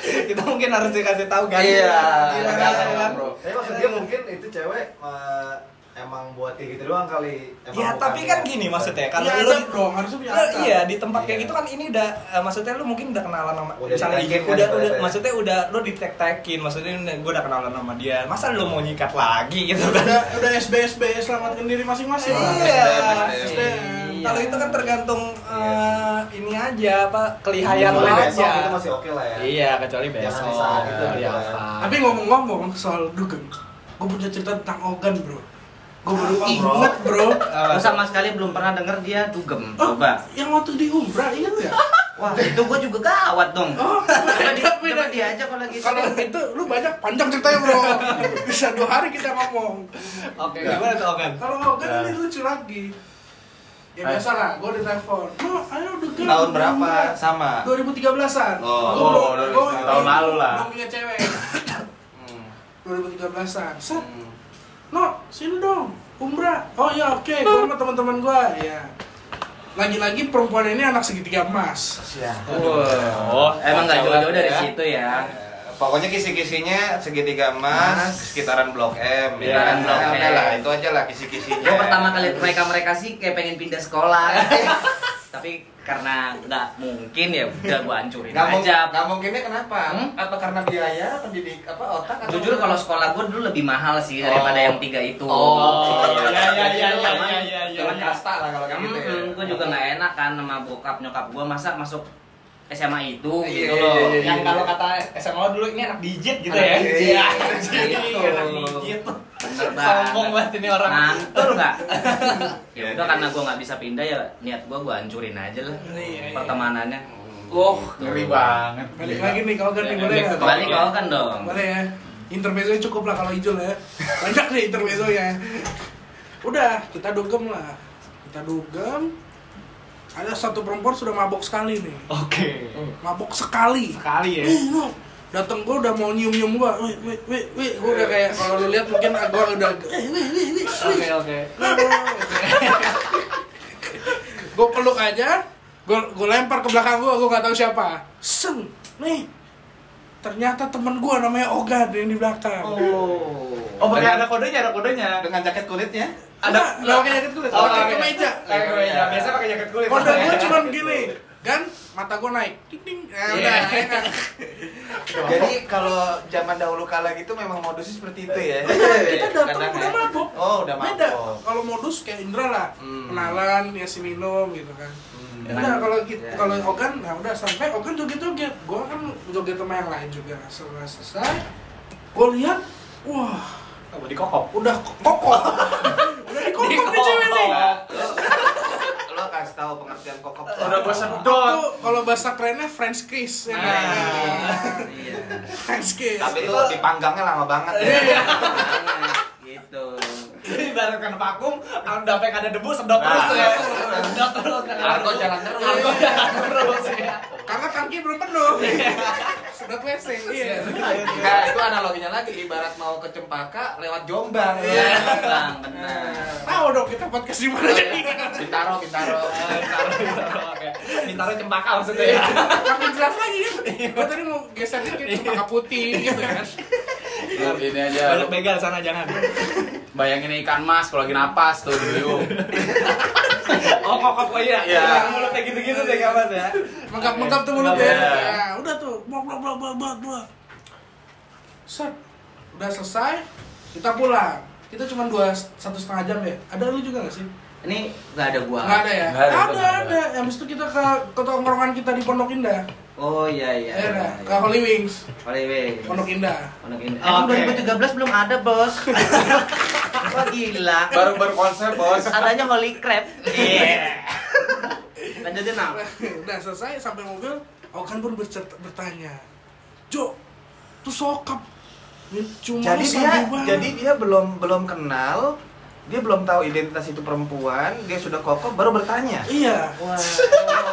S4: Kita mungkin harus dikasih tahu kan.
S3: Iya.
S4: Gimana, kan?
S3: Bro.
S6: Tapi maksud dia mungkin itu cewek eh, emang buat kayak gitu doang kali.
S4: Ya,
S6: Emang
S4: Iya,
S6: bukan
S4: tapi kan
S6: dia.
S4: gini maksudnya
S5: Kalau
S4: kalau
S5: ya,
S4: lu
S5: adab dong, harusnya punya
S4: lu-
S5: adab.
S4: iya di tempat kayak
S6: Iya.
S4: gitu kan ini udah eh, maksudnya lu mungkin udah gitu ya. kenalan sama
S6: Udah
S4: misalnya
S6: ditekin kan
S4: udah udah
S6: ibaratnya.
S4: maksudnya udah lu ditek-tekin maksudnya gue udah kenalan sama dia masa lu mau nyikat lagi gitu kan
S5: Udah udah SB SB selamatkan diri masing-masing. lah.
S4: Iya.
S5: SDM.
S4: kalau itu kan tergantung eh, ini aja apa kelihayan
S6: Kecuali
S4: lu
S6: Kan besok itu
S4: Kan aja
S6: masih oke lah ya.
S4: iya kecuali
S6: Jangan
S4: besok
S6: di saat itu,
S4: iya,
S6: gitu kan.
S4: apa.
S5: Tapi ngomong-ngomong soal dugem, gue punya cerita tentang Ogan bro. Gue baru
S4: Ah,
S6: Apa, bro?
S5: inget bro.
S2: Gua sama sekali belum pernah denger dia dugem.
S5: Oh,
S2: Coba.
S5: yang waktu di Umrah inget ya?
S2: Wah, itu gua juga gawat dong.
S5: Oh,
S2: Coba dia,
S5: beda
S2: coba
S5: beda.
S2: dia aja kalau gitu.
S5: Kalau itu lu banyak panjang ceritanya bro. Bisa dua hari kita ngomong.
S4: oke gimana tuh Ogan
S5: Kalau Ogan ini lucu lagi. Ya biasa lah, gue di telepon. No, ayo dugem.
S1: Tahun berapa? Sama.
S5: 2013-an.
S1: Oh,
S5: Gua
S1: oh,
S5: belum-
S1: udah
S5: gua
S1: setahun
S5: belum-
S3: lalu lah.
S5: Belum punya cewek.
S1: Hmm.
S5: 2013-an. Set,
S1: Hmm.
S5: No, sini dong, umrah. Oh ya oke, gua sama teman-teman gua ya. Lagi-lagi perempuan ini anak segitiga emas.
S3: Oh,
S2: Emang nggak
S3: kacauan
S2: jauh-jauh dari
S3: ya.
S2: situ ya.
S1: Eh, Pokoknya kisi-kisinya segitiga emas, sekitaran Blok M.
S2: Sekitaran Iya, Blok
S1: Nah,
S2: M.
S1: udah lah, itu aja lah kisi-kisinya.
S2: Gue pertama kali mereka-mereka sih kayak pengen pindah sekolah. Tapi karena nggak mungkin ya udah gue hancurin
S1: Gak, mung-
S2: aja.
S1: gak mungkinnya kenapa?
S2: Hmm?
S1: Apa karena biaya, pendidik, apa otak? Atau
S2: Jujur kalau sekolah gue dulu lebih mahal sih daripada
S1: Oh.
S2: yang tiga itu.
S1: Oh,
S4: iya, iya, iya, iya,
S2: Cuman-
S4: iya, iya.
S1: Cuman kasta lah kalau kayak gitu ya.
S2: gue juga nggak enak kan sama bokap nyokap gue masa masuk SMA itu gitu
S1: Iya, iya,
S2: loh.
S1: iya, iya.
S4: yang kalau kata SMA dulu ini anak digit gitu
S2: Anak
S4: ya
S1: digit.
S4: Iya, anak
S2: Gitu.
S4: digit anak digit
S2: Bener banget.
S4: sombong banget ini orang
S2: Mantul nggak? ya udah karena gue nggak bisa pindah ya niat gue gue hancurin aja lah
S4: Iya, iya.
S2: pertemanannya.
S4: oh
S3: Ngeri banget.
S5: Balik lagi nih kalau kan nih
S4: Ya,
S5: boleh
S4: back
S5: nggak?
S4: to
S2: Balik
S4: Iya.
S2: kau kan dong.
S5: Boleh ya. Intermezzo cukup lah kalau Ijul ya. Banyak nih intermezzo ya. Udah, kita dugem lah. Kita dugem. Ada satu perempuan sudah mabok sekali nih.
S4: oke
S5: Mabok sekali.
S4: sekali Hmm, ya
S5: Ih, no. Dateng gua udah mau nyium-nyium gua. Wih, wih, wih, wih. Gua udah kayak kalau lu lihat mungkin gua udah eh, wih, wih, wih, wih.
S4: oke oke
S5: gue peluk aja gue gue lempar ke belakang gue gue nggak tahu siapa seng nih ternyata temen gue namanya Ogan yang di belakang
S4: oh pakai ada kodenya ada kodenya
S1: Dengan jaket kulitnya?
S5: ada
S4: ada
S5: nggak pakai jaket kulit
S4: Oh,
S5: pakai
S4: pakai.
S5: kemeja
S4: Pakai kemeja. iya. biasa pakai jaket kulit
S5: kode gue cuma gini kan mata gue naik ding ding eh,
S1: Iya.
S5: udah ya kan?
S1: Jadi kalau zaman dahulu kala gitu memang modusnya seperti itu ya.
S5: kita datang
S1: Kadang
S5: udah
S1: ya.
S5: mabok
S1: Oh, udah mabok.
S5: beda kalau modus kayak Indra lah
S1: Hmm.
S5: kenalan ya si minum gitu kan
S1: Hmm.
S5: Udah
S2: Dengan-
S5: kalau kita
S2: ya.
S1: iya.
S5: kalau Ogan nah udah sampai Ogan joget-joget. Gua kan joget sama yang lain juga. Setelah selesai, gua lihat wah,
S4: oh, dikokok
S5: udah kokoh. udah dikokok nih cewek nih.
S1: Lo kasih tahu pengertian kokok.
S4: udah gue sedot
S5: Itu kalau bahasa kerennya French kiss. Ya. kan?
S1: Ah,
S2: Iya.
S5: French kiss.
S1: Tapi itu dipanggangnya lama banget ya.
S2: Banget, gitu.
S4: ibaratkan vakum udah pengen ada debu sedot terus
S1: Nah.
S4: tuh ya sedot terus
S1: Argo jalan terus.
S4: Argo jalan terus ya
S5: Karena tangki belum penuh. Sedot WC. Iya.
S1: Nah, itu analoginya lagi ibarat mau ke Cempaka lewat Jombang.
S2: Iya, Bang, benar.
S5: Tahu dong kita podcast di mana
S3: Iya.
S5: jadi.
S1: Bintaro, Bintaro.
S4: Eh, Bintaro cempaka maksudnya ya
S5: Makin jelas lagi kan. Gua tadi mau geser dikit ke pakai putih gitu kan.
S3: Lu Oh, ini aja.
S4: banyak begal sana jangan
S3: Bayangin ikan mas kalau lagi napas tuh dulu.
S4: oh kokok oh iya
S3: Iya.
S4: Yang mulutnya gitu-gitu deh kapan ya
S5: Mengkap-mengkap tuh mulut
S4: Iya.
S5: ya. Nah, udah tuh, blok blok blok blok blok blok. Set. Udah selesai, kita pulang. Kita cuma dua satu setengah jam ya. Ada lu juga gak sih?
S2: Ini nggak ada gua.
S5: Nggak ada ya?
S7: Nggak ada,
S5: ada,
S7: nggak
S5: ada. Habis itu kita ke, ke tongkrongan kita di Pondok Indah.
S2: Oh iya iya.
S5: Ya,
S2: iya,
S5: udah, ke
S2: iya.
S5: Holy Wings,
S2: Holy Wings.
S5: Pondok Indah.
S2: Pondok Indah.
S6: Oke.
S2: Emang 2013 belum ada, Bos. Wah gila.
S7: Baru berkonsep bos.
S2: Adanya Holy Crap. Iya. Lanjutin apa?
S5: udah Nah, selesai sampai mobil, Okan pun bercerita- bertanya, Jo, tuh sokap. Min- Cuma
S6: jadi
S5: lu
S6: dia
S5: sambil banget."
S6: jadi dia belum belum kenal dia belum tahu identitas itu perempuan dia sudah kokoh baru bertanya
S5: iya.
S2: Wah.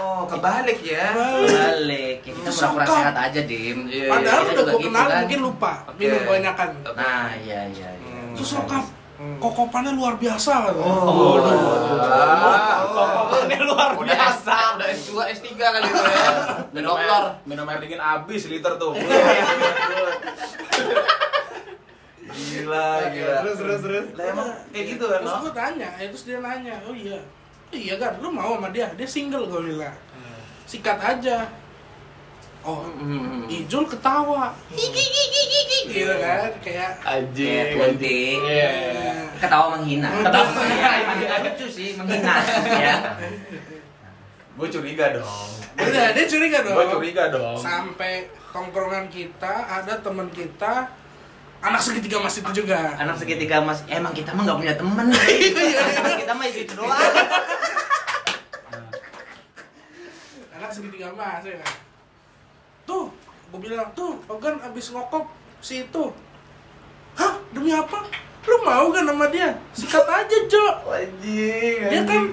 S6: oh kebalik ya
S2: Balik. Ya, kita
S5: Itu
S2: pura-pura
S5: sokap.
S2: sehat aja, Dim.
S3: Iya, iya.
S5: Padahal
S2: iya, juga
S5: udah gua
S2: gitu
S5: kenal,
S2: kan.
S5: mungkin lupa.
S6: Oke.
S5: Minum kebanyakan.
S2: Nah, iya iya. iya.
S5: Tuh sokap, kokopannya luar biasa.
S6: oh,
S5: Oh.
S4: Kokopannya luar
S3: Ah. Udah S-
S4: biasa.
S3: udah S2, S3 kali itu ya. Udah
S7: Minum
S3: dokter. Iya.
S7: air, minum air dingin habis liter tuh.
S6: gila
S2: Iya,
S6: gila
S1: Terus terus terus.
S6: lah emang kayak gitu kan
S5: Iya. Terus
S6: no?
S5: gue tanya, ya, terus dia nanya, oh iya, "Oh iya kan, lu mau sama dia? Dia single gue bilang,
S2: Hmm.
S5: sikat aja. Oh,
S7: Hmm.
S2: Hmm.
S5: Ijul ketawa, gitu kan,
S4: Iya,
S5: kayak
S2: Kayak
S3: Anjing.
S2: Twenty. Ketawa menghina.
S5: Ketawa
S2: menghina. Iya, Lucu sih menghina. ya.
S7: Gue curiga dong.
S5: udah dia curiga dong.
S7: Gue curiga dong.
S5: Sampai tongkrongan kita ada teman kita anak segitiga mas itu juga.
S2: Anak segitiga mas, "Eh, emang kita mah nggak punya temen. Emang kita mah itu doang.
S5: Anak segitiga mas ya kan. Tuh, gue bilang tuh, Ogan abis ngokop si itu. Hah, demi apa? Lu mau kan sama dia? Sikat aja, Jo.
S6: anjing
S5: Dia kan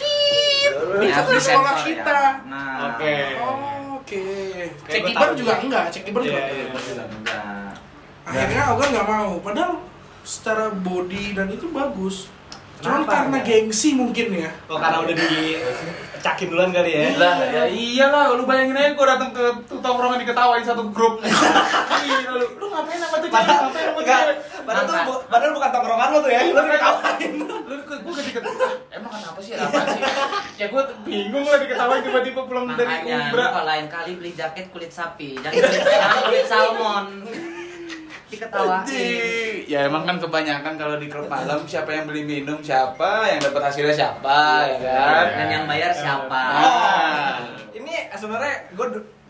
S5: tit.
S2: Ini
S5: Itu kan
S2: abis
S5: sekolah
S2: sensor ya.
S5: kita.
S2: Nah.
S4: Oke.
S5: Oh, Oke. Cek
S4: ya. gua
S5: kibar
S4: tahu.
S5: juga enggak, cek kibar juga.
S4: Iya,
S5: enggak.
S4: iya.
S2: Enggak.
S5: Nah. Akhirnya Ogan nggak mau. Padahal secara body dan itu bagus. Cuman
S6: Kenapa,
S5: karena
S6: ya?
S5: gengsi mungkin ya.
S4: Oh karena udah dicakin duluan kali ya.
S7: Lah, ya iyalah lu bayangin aja gue datang ke tuh tongkrongan diketawain satu grup. Gila lu, lu ngapain sama tuh cewek?
S4: Padahal
S7: Ngapain sama
S4: enggak,
S7: cewek?
S4: padahal tuh bu- padahal bukan tongkrongan lo tuh ya. Lo diketawain.
S7: Lu gue diketawain. "Ah, Emang kenapa sih? Apa sih? Ya gue bingung lah diketawain tiba-tiba pulang dari
S2: Makanya lu
S7: Umbra.
S2: kalau lain kali beli jaket kulit sapi, jangan kulit, jangan kulit salmon. Diketawain.
S3: Anjing. Ya emang kan kebanyakan kalau di klub malam siapa yang beli minum siapa, yang dapat hasilnya siapa, ya kan?
S2: Dan yang bayar siapa?
S3: Ah.
S4: Ini eh, sebenarnya gue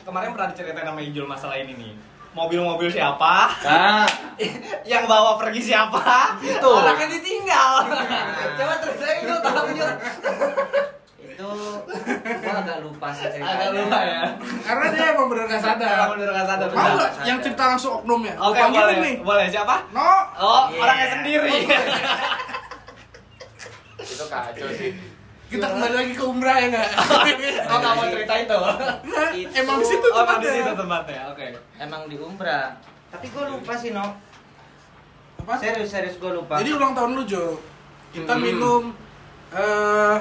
S4: kemarin pernah diceritain sama Ijul masalah ini nih. Mobil-mobil siapa?
S3: Nah,
S4: Yang bawa pergi siapa? Itu. Orangnya ditinggal. Coba ceritain dulu tahu Ijul.
S2: Itu gua agak lupa sih ceritanya.
S4: Agak lupa ya.
S5: Karena dia emang bener nggak sadar.
S4: Emang bener nggak sadar.
S5: Mau
S4: bener.
S5: nggak yang cerita langsung oknumnya? Gua
S4: Oke,
S5: panggilin
S4: boleh.
S5: nih.
S4: Boleh siapa?
S5: No.
S4: Oh,
S2: Iya.
S4: orangnya sendiri.
S7: Itu kacau sih.
S5: Kita kembali lagi ke Umrah ya nggak?
S4: Oh, nggak mau ceritain tuh.
S5: Nggak,
S2: Itu-
S5: Nah, emang di situ
S4: Oh, emang di situ
S5: tempatnya.
S4: tempatnya. Oke.
S2: Emang di Umbra. Tapi gua lupa sih, No.
S5: Apa?
S2: Serius, serius gua lupa.
S5: Jadi ulang tahun lu Jo. Kita minum eh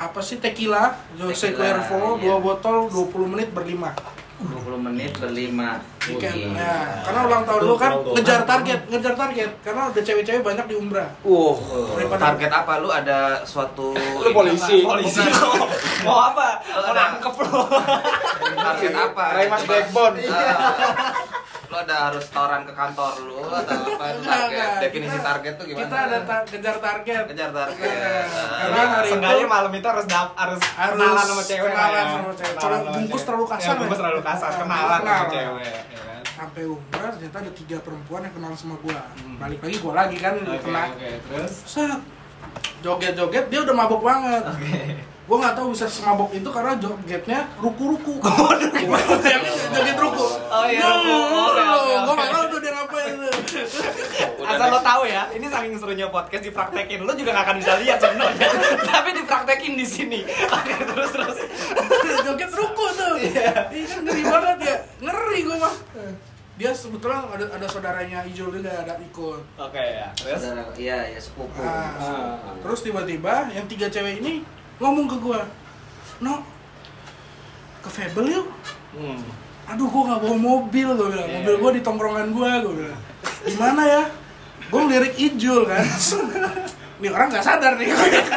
S5: apa sih tequila, Jose
S2: Tequila,
S5: Cuervo,
S2: iya.
S5: dua botol 20 menit berlima.
S2: 20 menit berlima.
S6: Iya.
S5: Weekend.
S2: Wih.
S5: Nah, karena ulang tahun lu kan ngejar target, ngejar target karena udah cewek-cewek banyak di Umrah.
S3: uh,
S5: Daripada-
S6: target apa lu ada suatu
S3: lu polisi.
S4: Polisi. Mau apa? Mau nangkep lo.
S6: target apa Ah.
S3: Ray Mas Blackbone.
S6: lu ada restoran ke kantor lu atau apa
S5: Enggak,
S6: itu target
S5: enggak.
S6: definisi
S5: Nah, Kita-
S6: target tuh gimana
S5: Kita ada ta- ngejar target.
S6: kejar target Ah.
S5: Karena hari itu-
S4: Seenggaknya malam Nah, itu harus dap, harus,
S5: Harus
S4: kenalan sama cewek lah
S5: kenalan
S4: ya.
S5: sama cewek.
S4: Kenalan
S5: Kalau
S4: sama
S5: bungkus
S4: cewek.
S5: terlalu kasar
S4: Ya, bungkus
S5: ya.
S4: terlalu kasar, kenalan sama
S5: Kenalan.
S4: cewek. ya kan?
S5: Sampai Umrah ternyata ada tiga perempuan yang kenal sama gua.
S6: Hmm.
S5: Balik lagi gua lagi kan
S4: Oke,
S5: kena.
S4: oke, terus.
S5: Set. Joget-joget dia udah mabok banget. Gue nggak tahu bisa semabok itu karena jogetnya ruku-ruku. joget ruku.
S4: Oh, iya, ruku. Oke, oke,
S5: Gue
S4: oke.
S5: nggak tahu tuh dia ngapain.
S4: Asal lo tahu ya, ini saking serunya podcast dipraktekin, lo juga gak akan bisa lihat sebenarnya. Tapi dipraktekin di sini. Oke, terus terus.
S5: joget ruku tuh. Iya kan ngeri banget ya. Ngeri gue mah. Dia sebetulnya ada ada saudaranya Ijul juga ada ikut.
S4: Oke ya, terus.
S2: Saudara, iya, ya sepupu.
S5: Ah.
S4: Ah.
S5: Terus tiba-tiba yang tiga cewek ini ngomong ke gue, no, ke Fable yuk.
S4: Hmm.
S5: aduh gue nggak bawa mobil gue bilang mobil gue di tongkrongan gue gue bilang gimana ya gue ngelirik Ijul kan ini orang nggak sadar nih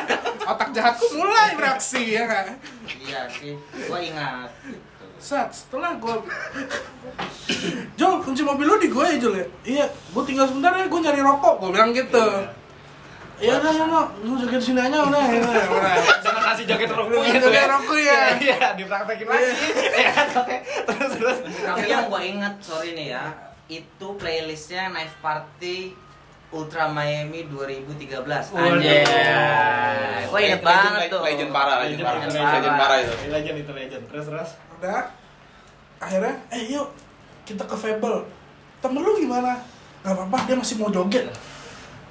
S5: otak jahatku mulai beraksi ya kan
S2: Iya sih, gua ingat.
S5: saat setelah gue Jul kunci mobil lu di gue ya Jul ya iya gue tinggal sebentar ya gue nyari rokok gue bilang gitu Ya udah ya no, lu joget sini aja udah ya udah, udah.
S4: Jangan kasih jaket roku
S5: Jangan
S4: gitu
S5: joget
S4: ya.
S5: roku, ya.
S4: Iya, dipraktekin lagi. Ya kan, oke. Terus terus.
S2: Tapi yang gue inget, sorry nih ya Itu playlistnya Knife Party Ultra Miami 2013 Anjay
S4: Waduh.
S2: Gue inget
S3: Legend-
S2: banget tuh
S3: Legend parah, legend parah.
S4: Legend
S2: parah.
S3: Legend parah itu.
S4: Ini Legend itu legend. Terus terus.
S5: Udah. Akhirnya, eh yuk kita ke Fable. Temen lu gimana? Gak apa-apa, dia masih mau joget.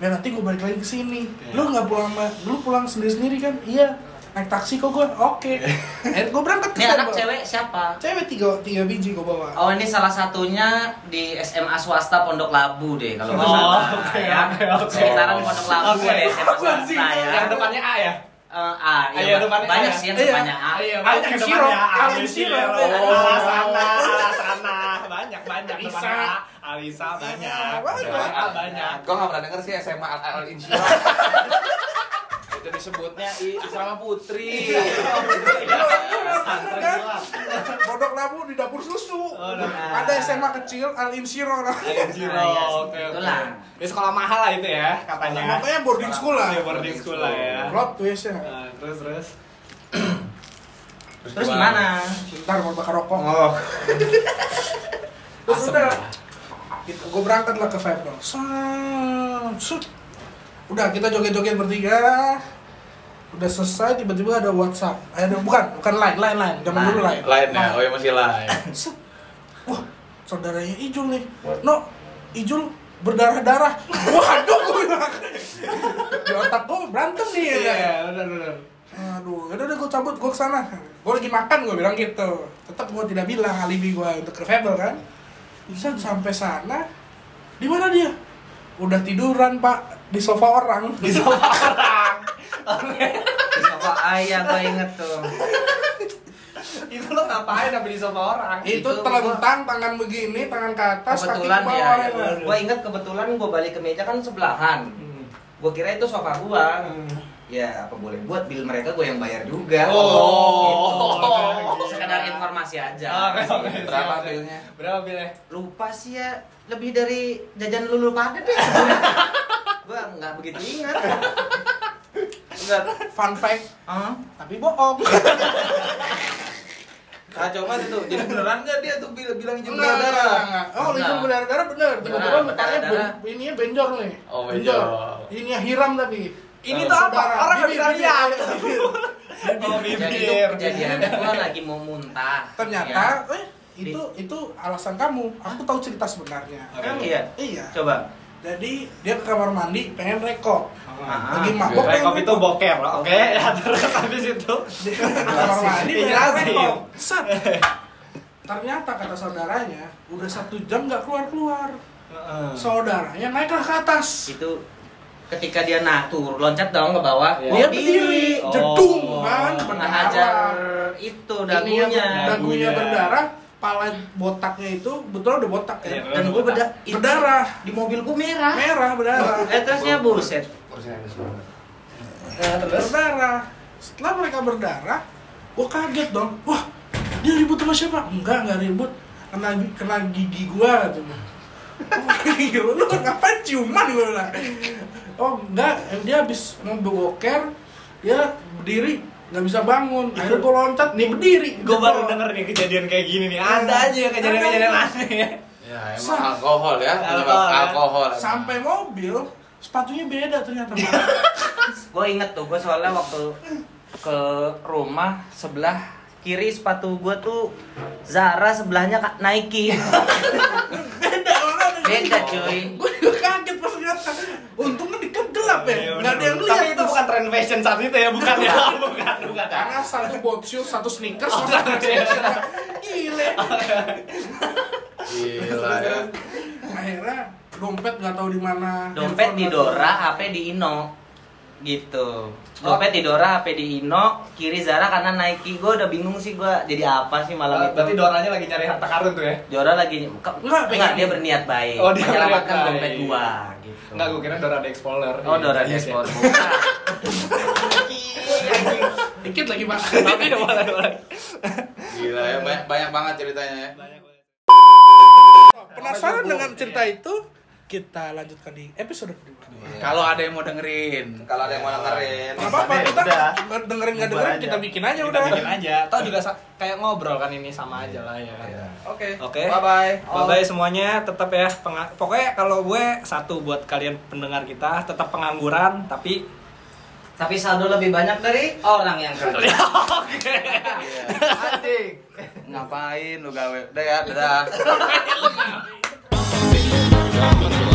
S5: Biar nanti gue balik lagi ke sini. Lu nggak pulang sama, lu pulang sendiri-sendiri kan? Iya. Naik taksi kok gue, oke. Akhirnya gue berangkat ke
S2: Ini anak
S5: Fable.
S2: cewek siapa?
S5: Cewek tiga, tiga biji gue bawa.
S2: Oh ini salah satunya di SMA swasta Pondok Labu deh kalau nggak
S4: Oh,
S2: salah
S4: oke,
S2: ya.
S4: oke, oke.
S2: Sekitaran Pondok Labu
S4: Oke.
S2: deh SMA swasta ya.
S4: Yang depannya A ya?
S2: Eh, A,
S4: Ah,
S2: iya,
S4: iya, depannya
S2: banyak
S4: A.
S2: sih yang
S5: Iya.
S2: depannya A.
S4: Iya,
S5: banyak
S4: banyak
S5: siro,
S4: depannya A, Iya, oh,
S5: Alin siro.
S2: Oh.
S4: Ala sana, ala sana. Banyak banyak
S5: Alisa.
S4: depannya A. Alisa
S2: Iya,
S4: banyak.
S5: banyak.
S4: Depannya A banyak.
S7: Gue gak pernah denger sih SMA Al Al Insya Itu disebutnya I sama Putri.
S2: Iya,
S5: kan? Bodok labu di dapur
S4: Oh,
S5: susu.
S4: nah.
S5: Ada SMA kecil Al Insiro. nah.
S4: Jiro,
S2: Ah, iya,
S4: oke oke.
S2: itulah.
S4: Di sekolah mahal lah itu ya katanya.
S5: Makanya boarding school lah.
S4: Di boarding school lah ya.
S5: Plot twist ya.
S4: Nah, Terus terus.
S2: Terus gimana?
S5: Bentar mau bakar rokok.
S7: Oh,
S5: Terus udah. Gitu, gue berangkat lah ke Fab dong. Set, set. Udah kita joget-joget bertiga. Udah selesai tiba-tiba ada WhatsApp. Eh, ada- bukan, bukan line, line, line. Zaman dulu line.
S3: Lainnya, oh ya masih lain.
S5: Set. Wah, saudaranya Ijul nih. No, Ijul berdarah-darah. Waduh, gue bilang. Di otak gue berantem nih. ya kan?
S4: Iya, benar benar.
S5: Aduh, udah udah gue cabut, gue kesana Gue lagi makan, gue bilang gitu Tetap gue tidak bilang alibi gue untuk ke Fable kan Bisa sampai sana di mana dia? Udah tiduran pak, di sofa orang
S4: Di sekolah orang.
S2: Di sofa ayah gue iya, inget tuh
S4: itu lo ngapain sampai di sofa orang?
S5: Itu
S2: Itu
S5: telentang, tangan begini, tangan ke atas, kaki ke
S2: kebetulan ya
S5: bawah ya kan?
S2: gue inget kebetulan gue balik ke meja kan sebelahan
S7: Hmm.
S2: gue kira itu sofa gue ya apa boleh buat bill mereka gue yang bayar juga
S4: Oh.
S2: Gitu. sekedar informasi aja
S7: Ah.
S4: Oke, oke, siap,
S7: Berapa
S4: siap.
S7: bilnya?
S4: Berapa bilnya?
S2: lupa sih ya lebih dari jajan lulu pada deh gue nggak begitu ingat Enggak.
S5: Fun fact,
S2: Hah?
S5: tapi bohong
S7: kacau banget itu. Jadi beneran gak dia tuh bil- bilang jam
S5: Enggak,
S7: darah?
S5: enggak. Oh,
S2: Enggak.
S5: itu berdarah-darah bener Tiba-tiba
S2: Benar,
S5: bentarnya
S2: berdarah-darah.
S5: ben- ininya benjor ya nih
S3: Oh, benjor.
S5: Ini hiram Eh, tapi
S4: Ini tuh apa?
S5: Saudara.
S4: Orang nggak bisa
S5: Bibir,
S4: lihat.
S5: bibir, bibir.
S4: Oh,
S2: jadi itu
S4: bibir.
S2: kejadiannya gue lagi mau muntah Ya.
S5: ternyata
S4: Iya.
S5: eh
S2: Di-
S5: itu itu alasan kamu aku tahu cerita sebenarnya
S2: ya. kan iya
S5: iya
S2: coba
S5: jadi dia ke kamar mandi pengen rekop
S4: Ah,
S5: lagi mabok
S4: Rekop itu
S5: pengen
S4: boker, oke? Ya, terus habis itu
S5: Dia ke kamar mandi pengen
S4: Jelasin.
S5: rekop Set. ternyata kata saudaranya udah satu jam nggak keluar keluar
S4: Hmm.
S5: saudaranya naiklah ke atas
S2: itu ketika dia natur loncat dong ke bawah
S4: Iya.
S5: dia
S2: Oh,
S5: berdiri
S4: Oh.
S5: jedung kan
S2: menghajar
S5: berdarah
S2: itu
S5: Ininya-
S2: dagunya
S5: dagunya
S4: Dagunya.
S5: berdarah pala botaknya itu betul udah botak
S4: Iya,
S5: ya
S2: dan gue beda itu
S5: berdarah
S2: di mobil gue merah
S5: merah berdarah
S2: eh terusnya buset
S4: Nah,
S5: berdarah setelah mereka berdarah gue kaget dong wah dia ribut sama siapa enggak enggak ribut kena kena gigi gua cuma gigi gua, lu ngapain ciuman gue bilang oh enggak dia habis mau boker dia berdiri nggak bisa bangun akhirnya gue loncat nih berdiri
S4: Gue baru
S5: Jebol.
S4: denger nih kejadian kayak gini nih Ada aja ya kejadian-kejadian aneh ya
S3: Ya, emang
S5: Sa-
S3: alkohol ya, penyebab
S4: Alkohol, ya.
S3: alkohol. emang.
S5: sampai mobil sepatunya beda ternyata
S2: gue inget tuh gue soalnya waktu ke rumah sebelah kiri sepatu gue tuh Zara sebelahnya Kak Nike
S5: beda orang
S2: beda cuy
S5: gue juga kaget pas lihat kan. untungnya di gelap ya nggak ada yang lihat
S4: Iya, Tapi itu bukan trend fashion saat itu ya, bukan ya Bukan, bukan
S5: karena satu boat shoes satu sneakers
S4: Oh,
S5: satu
S4: iya.
S5: gile
S3: Gila ya.
S5: akhirnya dompet nggak tahu di mana
S2: dompet di Dora HP di Ino gitu
S4: Oh.
S2: dompet di Dora HP di Ino kiri Zara karena Nike gue udah bingung sih gue jadi apa sih malam itu
S4: Eh, Berarti Doranya lagi nyari harta karun tuh ya
S2: Dora lagi enggak,
S5: Enggak, pengen.
S2: dia berniat baik.
S4: Oh, dia
S2: menyelamatkan
S4: berniat
S2: dompet
S4: baik.
S2: gua gitu.
S4: Enggak, gue kira Dora the Explorer
S2: Oh, Dora
S4: Iya, iya.
S2: dia skor.
S5: dikit lagi pak
S4: Tapi udah mulai, mulai
S3: Gila ya, banyak, banyak banget ceritanya ya.
S5: iya. penasaran dengan cerita itu kita lanjutkan di episode kedua.
S7: Kalau ada yang mau dengerin,
S1: Kalau ada yang mau
S2: Iya,
S1: dengerin.
S5: Gak apa-apa,
S6: Udah,
S5: kita
S6: udah.
S5: nggak dengerin nggak dengerin
S6: Bubar
S5: kita
S6: aja.
S5: bikin aja
S4: kita
S5: udah.
S4: bikin aja tau juga sa- kayak ngobrol kan ini sama aja lah ya kan
S7: Oke.
S4: Oke.
S7: Bye bye.
S4: Bye bye semuanya, tetap ya penga- pokoknya kalau gue satu buat kalian pendengar kita tetap pengangguran tapi
S2: Tapi saldo lebih banyak dari orang yang
S4: Iya.
S2: kerja.
S6: Anjing.
S3: Ngapain lu gawe? Udah ya, dadah.